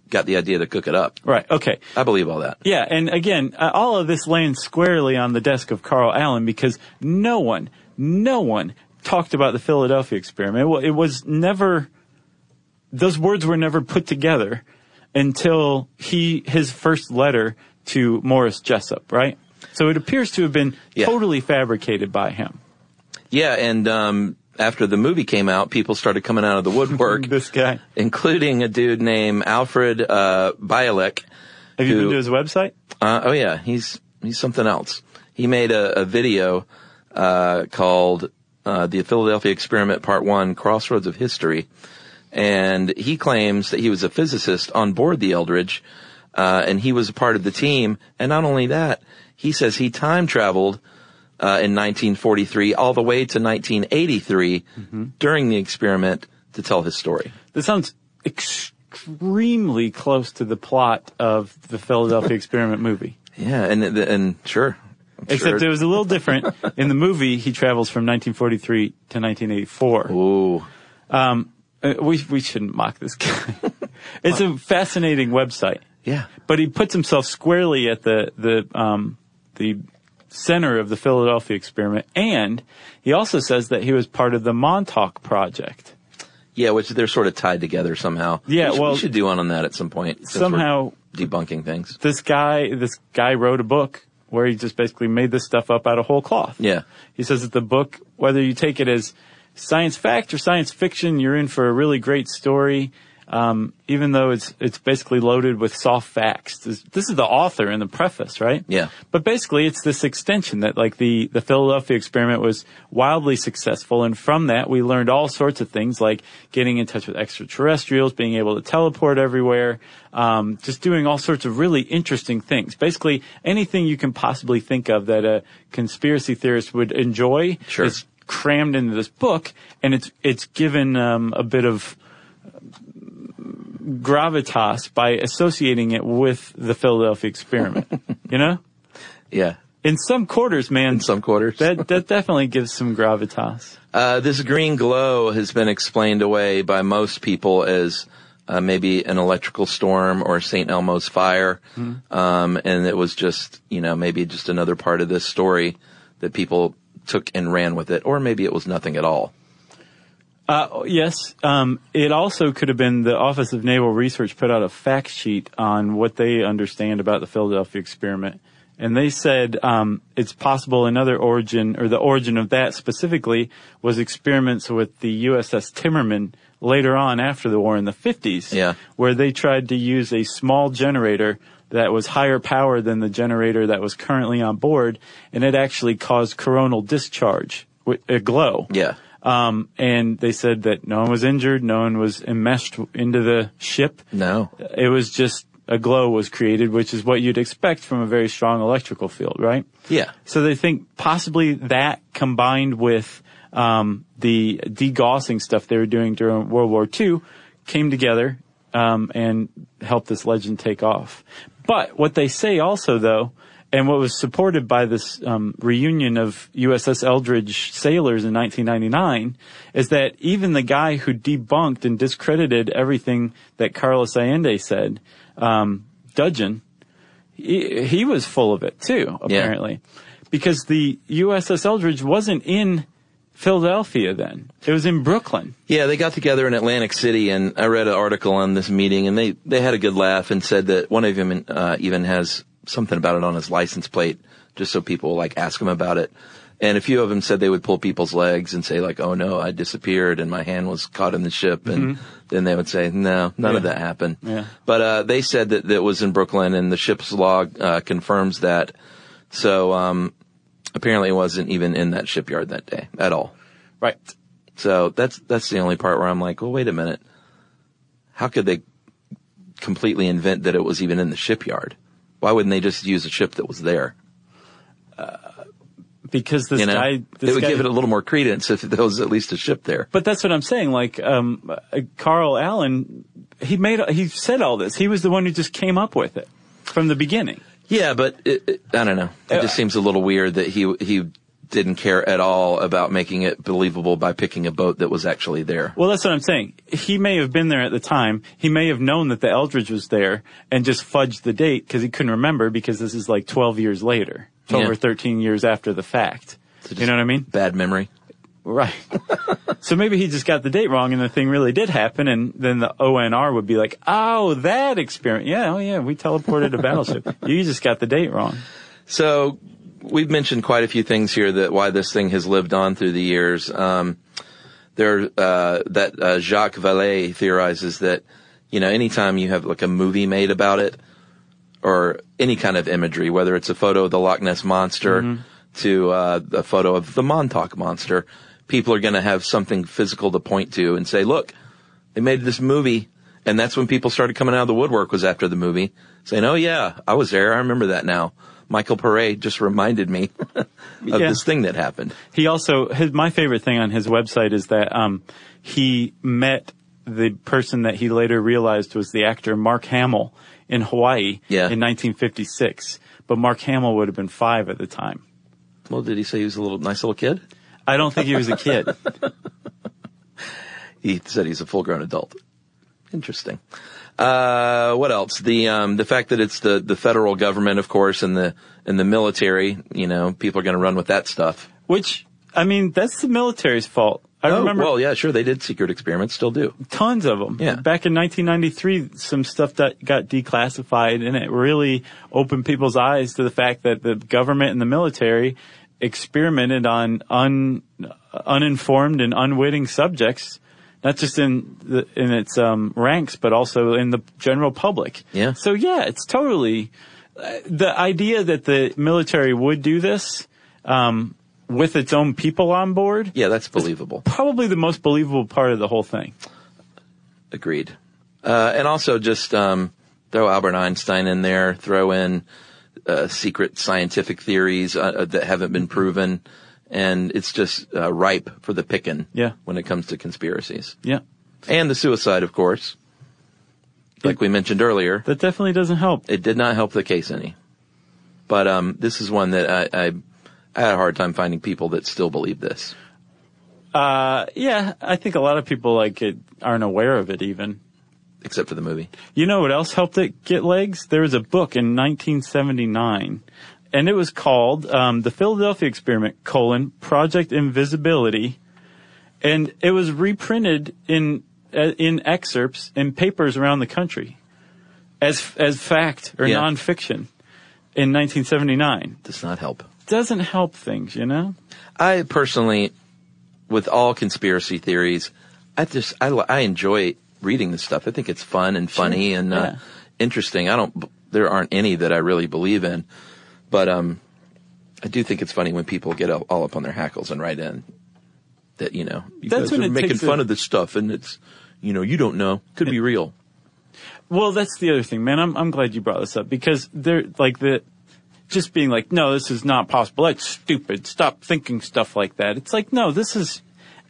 C: got the idea to cook it up.
A: Right. Okay.
C: I believe all that.
A: Yeah, and again, uh, all of this lands squarely on the desk of Carl Allen because no one, no one talked about the Philadelphia experiment. It wa- It was never, those words were never put together until he, his first letter to Morris Jessup, right? So it appears to have been
C: Yeah.
A: totally fabricated by him.
C: Yeah, and um, after the movie came out, people started coming out of the woodwork,
A: This guy.
C: including a dude named Alfred uh, Bialek.
A: Have you
C: who-
A: been to his website?
C: Uh, oh yeah, he's he's something else. He made a, a video uh, called uh, "The Philadelphia Experiment Part One: Crossroads of History," and he claims that he was a physicist on board the Eldridge, uh, and he was a part of the team. And not only that, he says he time traveled. Uh, in 1943, all the way to 1983,
A: Mm-hmm.
C: during the experiment to tell his story.
A: This sounds extremely close to the plot of the Philadelphia experiment movie.
C: Yeah, and and sure, I'm
A: Except
C: sure.
A: it was a little different. In the movie, he travels from 1943 to 1984.
C: Ooh.
A: Uh, we we shouldn't mock this guy. it's a fascinating website,
C: yeah,
A: but he puts himself squarely at the the um, the center of the Philadelphia experiment, and he also says that he was part of the Montauk Project.
C: Yeah, which they're sort of tied together somehow.
A: Yeah,
C: we should,
A: well-
C: we should do one on that at some point. since we're
A: Somehow,
C: debunking things.
A: this guy this guy wrote a book where he just basically made this stuff up out of whole cloth.
C: Yeah.
A: He says that the book, whether you take it as science fact or science fiction, you're in for a really great story. Um, even though it's it's basically loaded with soft facts. This, this is the author in the preface, right?
C: Yeah.
A: But basically, it's this extension that like the the Philadelphia experiment was wildly successful, and from that we learned all sorts of things like getting in touch with extraterrestrials, being able to teleport everywhere, um, just doing all sorts of really interesting things. Basically, anything you can possibly think of that a conspiracy theorist would enjoy
C: Sure.
A: is crammed into this book, and it's it's given um, a bit of gravitas by associating it with the Philadelphia experiment. you know
C: Yeah.
A: in some quarters, man.
C: In some quarters.
A: that that definitely gives some gravitas.
C: Uh, this green glow has been explained away by most people as uh, maybe an electrical storm or St. Elmo's fire.
A: Hmm.
C: Um, and it was just, you know, maybe just another part of this story that people took and ran with it. Or maybe it was nothing at all.
A: Uh, yes, um, it also could have been the Office of Naval Research put out a fact sheet on what they understand about the Philadelphia experiment, and they said um, it's possible another origin or the origin of that specifically was experiments with the USS Timmerman later on after the war in the 50s,
C: Yeah.
A: where they tried to use a small generator that was higher power than the generator that was currently on board, and it actually caused coronal discharge, wi- a glow.
C: Yeah.
A: Um, and they said that no one was injured, no one was enmeshed into the ship.
C: No.
A: It was just a glow was created, which is what you'd expect from a very strong electrical field, right?
C: Yeah.
A: So they think possibly that combined with um, the degaussing stuff they were doing during World War II came together um, and helped this legend take off. But what they say also, though, and what was supported by this um, reunion of USS Eldridge sailors in 1999, is that even the guy who debunked and discredited everything that Carlos Allende said, um, Dudgeon, he, he was full of it too, apparently, because the USS Eldridge wasn't in Philadelphia then; it was in Brooklyn.
C: Yeah, they got together in Atlantic City, and I read an article on this meeting, and they, they had a good laugh and said that one of them uh, even has something about it on his license plate, just so people like ask him about it. And a few of them said they would pull people's legs and say like, "Oh no, I disappeared and my hand was caught in the ship," and then they would say, "No, none of
A: Mm-hmm. Yeah.
C: that happened."
A: Yeah.
C: But uh, they said that that was in Brooklyn, and the ship's log uh, confirms that. So um, apparently, it wasn't even in that shipyard that day at all.
A: Right.
C: So that's that's the only part where I'm like, well, wait a minute. How could they completely invent that it was even in the shipyard? Why wouldn't they just use a ship that was there?
A: Because this
C: You know,
A: guy,
C: they
A: this
C: would
A: guy,
C: give it a little more credence if there was at least a ship there.
A: but that's what I'm saying. Like um, uh, Carl Allen, he made, he said all this. He was the one who just came up with it from the beginning.
C: Yeah, but it, it, I don't know. It just seems a little weird that he he didn't care at all about making it believable by picking a boat that was actually there.
A: Well, that's what I'm saying. He may have been there at the time. He may have known that the Eldridge was there and just fudged the date because he couldn't remember because this is like 12 years later, 12
C: Yeah.
A: or 13 years after the fact. you know what I mean?
C: Bad memory.
A: Right. so maybe he just got the date wrong and the thing really did happen and then the ONR would be like, oh, that experiment. Yeah, oh yeah, we teleported a battleship. You just got the date wrong.
C: So we've mentioned quite a few things here that why this thing has lived on through the years. Um, there uh, that uh, Jacques Vallée theorizes that you know anytime you have like a movie made about it or any kind of imagery, whether it's a photo of the Loch Ness monster to uh, a photo of the Montauk monster, people are going to have something physical to point to and say, "Look, they made this movie." And that's when people started coming out of the woodwork was after the movie saying, "Oh yeah, I was there. I remember that now." Michael Paré just reminded me of
A: Yeah.
C: this thing that happened.
A: He also his my favorite thing on his website is that um, he met the person that he later realized was the actor Mark Hamill in Hawaii
C: Yeah.
A: in 1956. But Mark Hamill would have been five at the time.
C: Well, did he say he was a little nice little kid?
A: I don't think he was a kid.
C: He said he's a full grown adult. Interesting. Uh, what else? The, um, the fact that it's the, the federal government, of course, and the, and the military, you know, people are going to run with that stuff. Oh,
A: Which I mean, that's the military's fault. I remember
C: well, yeah, sure. They did secret experiments, still do.
A: tons of them.
C: Yeah.
A: Back in 1993, some stuff that got declassified and it really opened people's eyes to the fact that the government and the military experimented on un, uninformed and unwitting subjects. Not just in the, in its um, ranks, but also in the general public.
C: Yeah.
A: So yeah, it's totally uh, the idea that the military would do this um, with its own people on board.
C: Yeah, that's believable.
A: Probably the most believable part of the whole thing.
C: Agreed. Uh, and also just, um, throw Albert Einstein in there, throw in, uh, secret scientific theories uh, that haven't been proven. And it's just, uh, ripe for the picking.
A: Yeah.
C: When it comes to conspiracies.
A: Yeah.
C: and the suicide, of course. Like we mentioned earlier,
A: That definitely doesn't help.
C: it did not help the case any. But um, this is one that I, I, I had a hard time finding people that still believe this.
A: Uh, yeah, I think a lot of people like it aren't aware of it even.
C: Except for the movie.
A: You know what else helped it get legs? There was a book in 1979, and it was called um, "The Philadelphia Experiment: colon, Project Invisibility," and it was reprinted in uh, in excerpts in papers around the country as as fact or
C: Yeah.
A: nonfiction in 1979.
C: Does not help.
A: Doesn't help things, you know.
C: I personally, with all conspiracy theories, I just I li- I enjoy reading this stuff. I think it's fun and funny and uh,
A: Yeah.
C: interesting. I don't. b- There aren't any that I really believe in, but um, I do think it's funny when people get all, all up on their hackles and write in that you know you
A: That's
C: guys
A: when
C: are
A: it
C: making
A: takes
C: fun
A: a-
C: of this stuff and it's you know you don't know could be real.
A: Well, that's the other thing, man. I'm I'm glad you brought this up because they're like the just being like, no, this is not possible. That's stupid. Stop thinking stuff like that. It's like, no, this is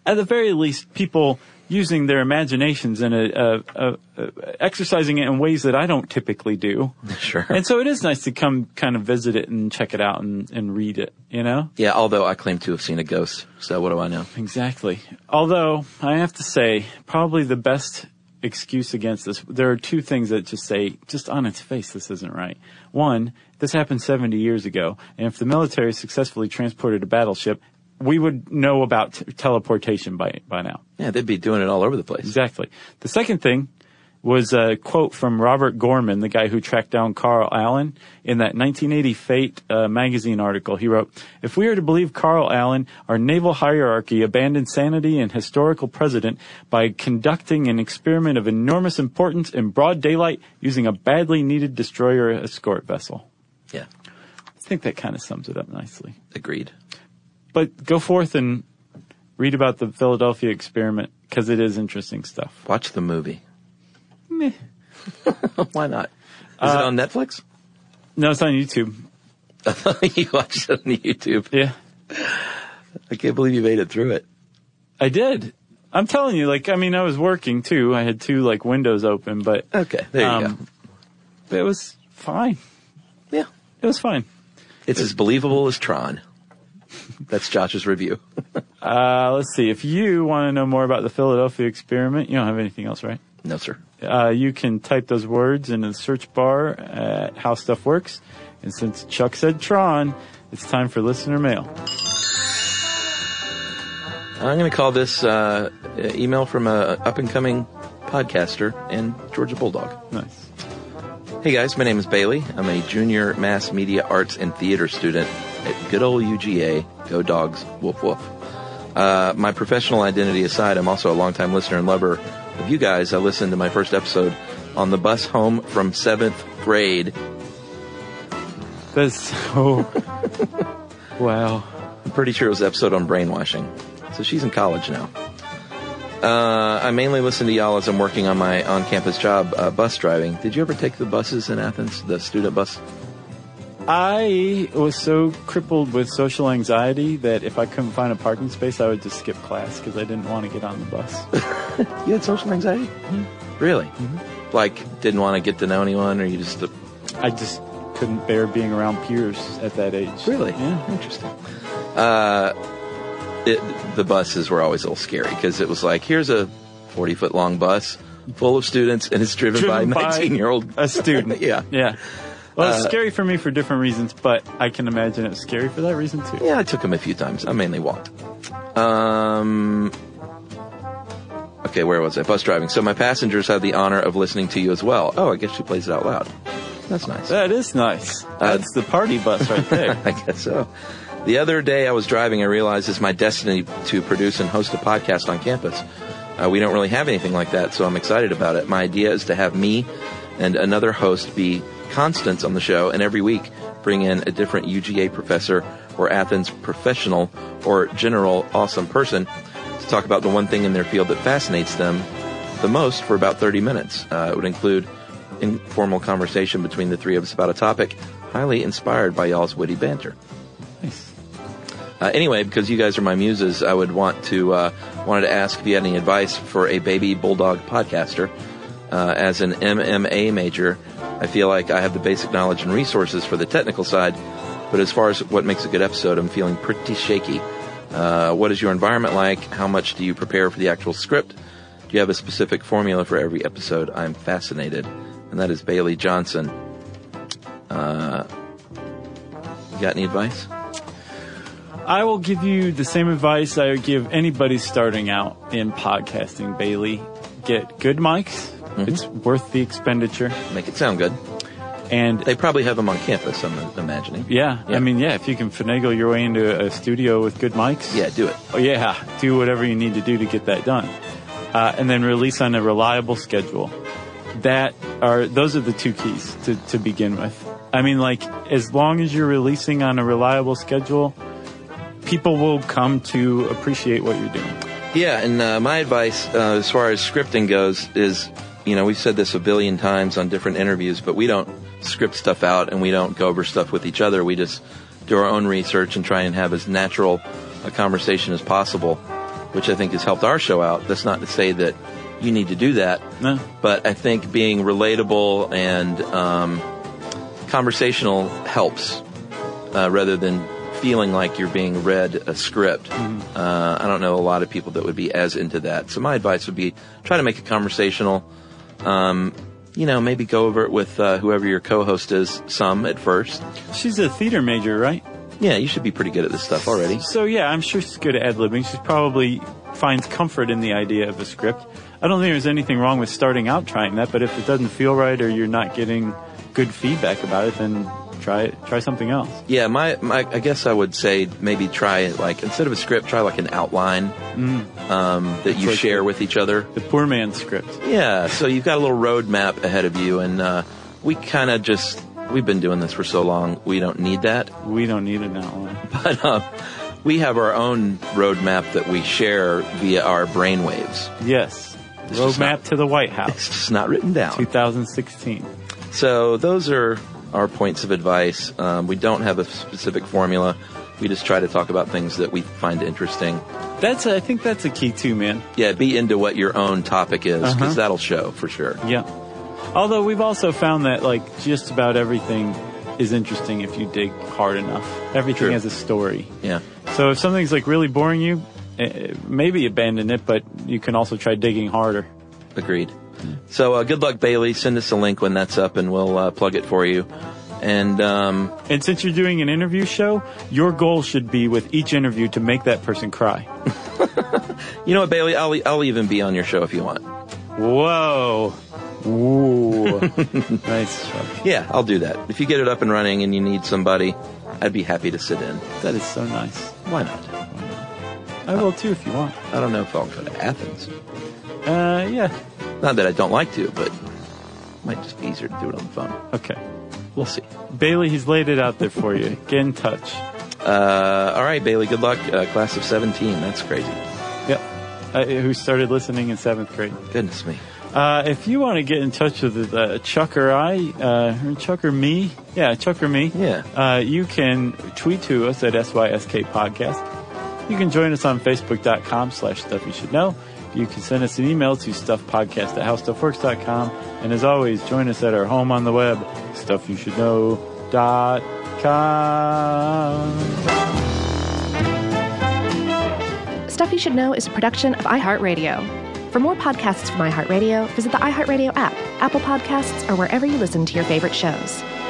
A: at the very least people using their imaginations and uh, a, a, a, a, exercising it in ways that I don't typically do.
C: Sure.
A: And so it is nice to come kind of visit it and check it out and, and read it, you know?
C: yeah. Although I claim to have seen a ghost, so what do I know?
A: Exactly. Although I have to say, probably the best excuse against this, there are two things that just say, just on its face, this isn't right. One, this happened 70 years ago, and if the military successfully transported a battleship, we would know about t- teleportation by by now.
C: Yeah, they'd be doing it all over the place.
A: Exactly. The second thing was a quote from Robert Gorman, the guy who tracked down Carl Allen, in that 1980 Fate uh, magazine article. He wrote, If we are to believe Carl Allen, our naval hierarchy abandoned sanity and historical precedent by conducting an experiment of enormous importance in broad daylight using a badly needed destroyer escort vessel.
C: Yeah,
A: I think that kind of sums it up nicely.
C: agreed.
A: But go forth and read about the Philadelphia experiment because it is interesting stuff.
C: Watch the movie.
A: Meh.
C: Why not? Uh, Is it on Netflix?
A: No, it's on YouTube.
C: you watched it on YouTube.
A: Yeah,
C: I can't believe you made it through it.
A: I did. I'm telling you, like, I mean, I was working too. I had two like windows open, but
C: Okay, there you
A: Um, it was fine.
C: go. Yeah,
A: It was fine.
C: it's as believable as Tron. That's Josh's review.
A: Uh, let's see. If you want to know more about the Philadelphia experiment, you don't have anything else, right?
C: No, sir.
A: Uh, you can type those words in the search bar at How Stuff Works. And since Chuck said Tron, it's time for listener mail.
C: I'm going to call this uh, uh, email from a up and coming podcaster and Georgia Bulldog.
A: Nice.
C: Hey guys, my name is Bailey. I'm a junior mass media arts and theater student at good old UGA. Go dogs, woof woof. Uh, my professional identity aside, I'm also a longtime listener and lover of you guys. I listened to my first episode on the bus home from seventh grade.
A: That's so. wow.
C: I'm pretty sure it was the episode on brainwashing. So she's in college now. Uh, I mainly listen to y'all as I'm working on my on-campus job, uh, bus driving. Did you ever take the buses in Athens, the student bus?
A: I was so crippled with social anxiety that if I couldn't find a parking space, I would just skip class because I didn't want to get on the bus.
C: You had social anxiety? Mm-hmm. Really? Like, didn't want to get to know anyone, or you just. uh,
A: I just couldn't bear being around peers at that age. Yeah.
C: Interesting. Uh, it, the buses were always a little scary because it was like, here's a 40 foot long bus full of students, and it's driven,
A: Driven
C: by
A: by
C: 19 year old.
A: A student.
C: Yeah. Uh,
A: Yeah. Well, it's scary for me for different reasons, but I can imagine it's scary for that reason too.
C: Yeah, I took him a few times. I mainly walked. Um, okay, where was I? Bus driving. So my passengers had the honor of listening to you as well. Oh, I guess she plays it out loud. That's nice.
A: That is nice.
C: Uh,
A: That's the party bus right there.
C: I guess so. The other day I was driving, I realized it's my destiny to produce and host a podcast on campus. Uh, we don't really have anything like that, so I'm excited about it. My idea is to have me and another host be constants on the show, and every week bring in a different UGA professor or Athens professional or general awesome person to talk about the one thing in their field that fascinates them the most for about 30 minutes. Uh, it would include informal conversation between the three of us about a topic highly inspired by y'all's witty banter.
A: nice.
C: Uh, anyway, because you guys are my muses, I would want to uh, wanted to ask if you had any advice for a baby bulldog podcaster. Uh, as an MMA major, I feel like I have the basic knowledge and resources for the technical side, but as far as what makes a good episode, I'm feeling pretty shaky. Uh, what is your environment like? How much do you prepare for the actual script? Do you have a specific formula for every episode? I'm fascinated, and that is Bailey Johnson. Uh, you got any advice?
A: I will give you the same advice I would give anybody starting out in podcasting, Bailey. Get good mics.
C: Mm-hmm.
A: It's worth the expenditure.
C: Make it sound good.
A: And
C: They probably have them on campus, I'm imagining.
A: yeah,
C: Yeah.
A: I mean, yeah, if you can finagle your way into a studio with good mics,
C: Yeah, do it.
A: oh, yeah, do whatever you need to do to get that done. uh, and then release on a reliable schedule. That are those are the two keys to, to begin with. I mean, like as long as you're releasing on a reliable schedule, people will come to appreciate what you're doing.
C: Yeah, and uh, my advice uh, as far as scripting goes is, you know, we've said this a billion times on different interviews, but we don't script stuff out and we don't go over stuff with each other. We just do our own research and try and have as natural a conversation as possible, which I think has helped our show out. That's not to say that you need to do that,
A: No.
C: but I think being relatable and um, conversational helps uh, rather than feeling like you're being read a script. Uh, I don't know a lot of people that would be as into that. So my advice would be try to make it conversational. Um, you know, maybe go over it with uh, whoever your co-host is some at first.
A: She's a theater major, right?
C: Yeah, you should be pretty good at this stuff already.
A: So yeah, I'm sure she's good at ad libbing. She probably finds comfort in the idea of a script. I don't think there's anything wrong with starting out trying that, but if it doesn't feel right or you're not getting good feedback about it, then try it. Try something else.
C: Yeah, my, my I guess I would say maybe try like instead of a script, try like an outline um, that you
A: like-
C: share with each other.
A: The poor man's script.
C: Yeah, so you've got a little roadmap ahead of you, and uh, we kind of just we've been doing this for so long, we don't need that.
A: We don't need an outline.
C: But um, we have our own roadmap that we share via our brainwaves.
A: Yes.
C: It's just
A: Roadmap
C: not-
A: to the White
C: It's
A: House,
C: just not written down.
A: 2016.
C: So those are our points of advice. Um, we don't have a specific formula. We just try to talk about things that we find interesting.
A: That's a, I think that's a key too, man.
C: Yeah, be into what your own topic is because that'll show for sure.
A: Yeah. Although we've also found that like just about everything is interesting if you dig hard enough. Everything
C: True.
A: has a story.
C: Yeah.
A: So if something's like really boring you, eh, maybe abandon it, but you can also try digging harder.
C: Agreed. So uh, good luck, Bailey. Send us a link when that's up, and we'll uh, plug it for you. And um,
A: And since you're doing an interview show, your goal should be with each interview to make that person cry.
C: you know what, Bailey? I'll e-, I'll even be on your show if you want.
A: Whoa. Ooh. nice. Chuck.
C: Yeah, I'll do that. If you get it up and running and you need somebody, I'd be happy to sit in.
A: That is so nice.
C: Why not?
A: I will too if you want.
C: I don't know if I'll go to Athens.
A: Uh, yeah.
C: Not that I don't like to, but it might just be easier to do it on the phone.
A: Okay.
C: We'll see.
A: Bailey, he's laid it out there for you. Get in touch.
C: Uh, all right, Bailey. Good luck, uh, class of seventeen. That's crazy.
A: Yep. Uh, who started listening in seventh grade.
C: Goodness me.
A: Uh, if you want to get in touch with uh, Chuck or I, uh, or Chuck or me, yeah, Chuck or me,
C: Yeah.
A: uh, you can tweet to us at SYSK Podcast. You can join us on Facebook.com slash Stuff You Should Know. You can send us an email to stuffpodcast at howstuffworks.com. And as always, join us at our home on the web, stuffyoushouldknow.com.
B: Stuff You Should Know is a production of iHeartRadio. For more podcasts from iHeartRadio, visit the iHeartRadio app, Apple Podcasts, or wherever you listen to your favorite shows.